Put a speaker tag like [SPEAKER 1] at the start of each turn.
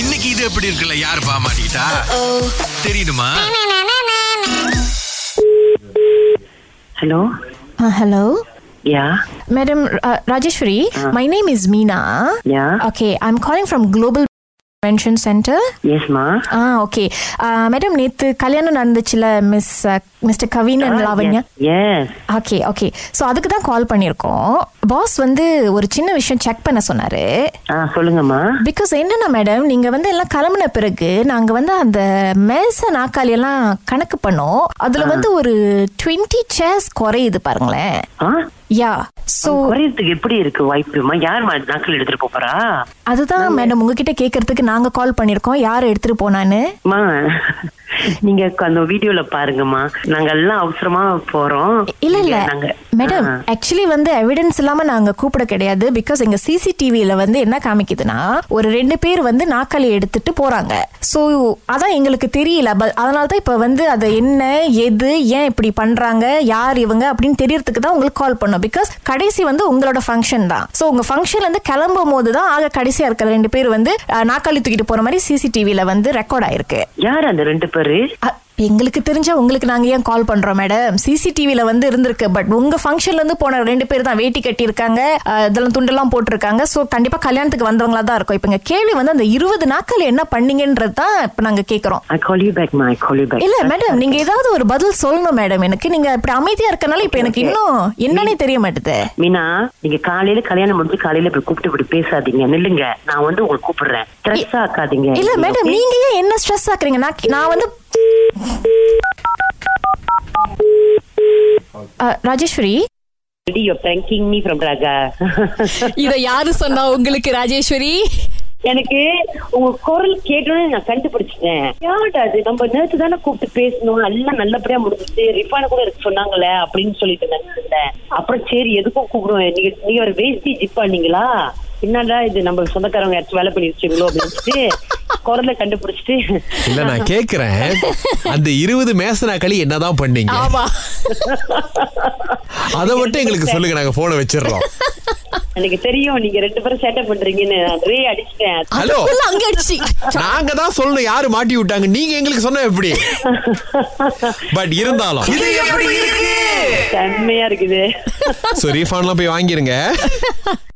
[SPEAKER 1] இன்னைக்கு இது எப்படி இருக்குல்ல யார் பாமாட்டா தெரியுமா
[SPEAKER 2] hello
[SPEAKER 3] Uh, hello,
[SPEAKER 2] yeah
[SPEAKER 3] Madam uh, Rajeshwari. My name is Meena.
[SPEAKER 2] Yeah.
[SPEAKER 3] Okay, I'm calling from Global Convention Center. Ah,
[SPEAKER 2] எஸ்மா
[SPEAKER 3] ஆ ஓகே மேடம் நேற்று கல்யாணம் நடந்துச்சுல uh, miss mister Kavin
[SPEAKER 2] Ah,
[SPEAKER 3] and Lavanya
[SPEAKER 2] yes
[SPEAKER 3] okay okay so அதுக்கு தான் கால் பண்ணியிருக்கோம் pass வந்து ஒரு சின்ன விஷயம் செக் பண்ண சொன்னாரு
[SPEAKER 2] ஆ சொல்லுங்கம்மா
[SPEAKER 3] பிகாஸ் என்னன்னா மேடம் நீங்க வந்து எல்லாம் கிளம்பின பிறகு நாங்க வந்து அந்த மேச நாற்காலி எல்லாம் கணக்கு பண்ணோம் அதுல வந்து ஒரு டுவெண்ட்டி சேர்ஸ் குறையுது பாருங்களேன்
[SPEAKER 2] ஆ
[SPEAKER 3] யா
[SPEAKER 2] Oh,
[SPEAKER 3] ஸோ
[SPEAKER 2] குறையறதுக்கு எப்படி இருக்கு வாய்ப்புமா யார் நாக்கள் எடுத்துட்டு போறா
[SPEAKER 3] அதுதான் மேடம் உங்ககிட்ட கேட்கறதுக்கு நாங்க கால் பண்ணியிருக்கோம் யார் எடுத்துட்டு போனான்னு
[SPEAKER 2] மா நீங்க அந்த வீடியோல பாருங்கம்மா நாங்க எல்லாம் அவசரமா போறோம்
[SPEAKER 3] இல்ல இல்ல
[SPEAKER 2] நாங்க
[SPEAKER 3] மேடம்
[SPEAKER 2] ஆ,
[SPEAKER 3] ஆக்சுவலி வந்து எவிடன்ஸ் இல்லாம நாங்க கூப்பிட கிடையாது பிகாஸ் எங்க சிசிடிவில வந்து என்ன காமிக்குதுன்னா ஒரு ரெண்டு பேர் வந்து நாக்காளி எடுத்துட்டு போறாங்க சோ அதான் எங்களுக்கு தெரியல ப- அதனால தான் இப்ப வந்து அது என்ன எது ஏன் இப்படி பண்றாங்க யார் இவங்க அப்படின்னு தெரியறதுக்கு தான் உங்களுக்கு கால் பண்ணோம் பிகாஸ் கடைசி வந்து உங்களோட ஃபங்க்ஷன் தான் சோ உங்க ஃபங்க்ஷன்ல இருந்து கிளம்பும் போது தான் ஆக கடைசியா இருக்கிற ரெண்டு பேர் வந்து அஹ், நாக்காளி தூக்கிட்டு போற மாதிரி சிசிடிவில வந்து ரெக்கார்ட் ஆயிருக்கு
[SPEAKER 2] யார் அந்த ரெண்டு பேரு
[SPEAKER 3] அ, எங்களுக்கு தெரிஞ்சா உங்களுக்கு நாங்க ஏன் கால் பண்றோம் மேடம் சிசிடிவில வந்து இருந்திருக்கு பட் உங்க ஃபங்க்ஷன்ல இருந்து போன ரெண்டு பேர் தான் வேட்டி கட்டி இருக்காங்க இதெல்லாம் துண்டெல்லாம் போட்டிருக்காங்க சோ கண்டிப்பா கல்யாணத்துக்கு வந்தவங்களா தான் இருக்கும் இப்ப இங்க கேள்வி வந்து அந்த இருபது நாட்கள் என்ன பண்ணீங்கன்றது தான் இப்ப நாங்க கேக்குறோம்
[SPEAKER 2] ஐ கால் யூ பேக் மா ஐ கால் யூ பேக்
[SPEAKER 3] இல்ல மேடம் நீங்க ஏதாவது ஒரு பதில் சொல்லணும் மேடம் எனக்கு நீங்க இப்படி அமைதியா இருக்கனால இப்ப எனக்கு இன்னும் என்னன்னே தெரிய மாட்டுது
[SPEAKER 2] மீனா நீங்க காலையில கல்யாணம் முடிஞ்சு காலையில இப்படி கூப்பிட்டு இப்படி பேசாதீங்க நில்லுங்க நான் வந்து உங்களுக்கு கூப்பிடுறேன் ஸ்ட்ரெஸ் ஆக்காதீங்க
[SPEAKER 3] இல்ல
[SPEAKER 2] நீங்க,
[SPEAKER 3] மேடம்
[SPEAKER 2] okay?
[SPEAKER 3] நீங்க ஏன் என்ன ஸ்ட்ரெஸ் ஆக்குறீங்க நான் கே- நான் வந்து அ, Rajeshwari
[SPEAKER 2] Already you're pranking me from Raga.
[SPEAKER 3] இத யாரு சொன்னா உங்களுக்கு ராஜேஸ்வரி
[SPEAKER 2] எனக்கு உங்க குரல் கேட்டோன்னு நான் கண்டுபிடிச்சிட்டேன் யார்டா அது நம்ம நேத்து தானே கூப்பிட்டு பேசணும் எல்லாம் நல்லபடியா முடிஞ்சிச்சு ரிஃபான கூட இருக்கு சொன்னாங்களே அப்படின்னு சொல்லிட்டு நினைச்சிருந்தேன் அப்புறம் சரி எதுக்கும் கூப்பிடுவேன் நீங்க நீங்க ஒரு வேஸ்டி ஜிப் பண்ணீங்களா என்னடா இது நம்ம சொந்தக்காரங்க யாராச்சும் வேலை பண்ணி வச்சுங்களோ அப்படின்ட்டு குரலை கண்டுபிடிச்சிட்டு
[SPEAKER 1] இல்ல நான் கேக்குறேன் அந்த இருபது மேசனா களி என்னதான் பண்ணீங்க
[SPEAKER 3] ஆமா
[SPEAKER 1] அத மட்டும் எங்களுக்கு சொல்லுங்க நாங்க போனை வச்சிடுறோம்
[SPEAKER 2] எனக்கு தெரியும் நீங்க ரெண்டு பேரும் சேட்டை பண்றீங்கன்னு நான் ரே அடிச்சிட்டேன்
[SPEAKER 1] ஹலோ
[SPEAKER 3] அதுக்குள்ள அங்க அடிச்சு
[SPEAKER 1] நாங்க தான் சொல்லணும் யாரு மாட்டி விட்டாங்க நீங்க எங்களுக்கு சொன்னா எப்படி பட் இருந்தாலும் இது எப்படி இருக்கு
[SPEAKER 2] செம்மையா இருக்குது
[SPEAKER 1] சோ ரீஃபண்ட்லாம் போய் வாங்கிருங்க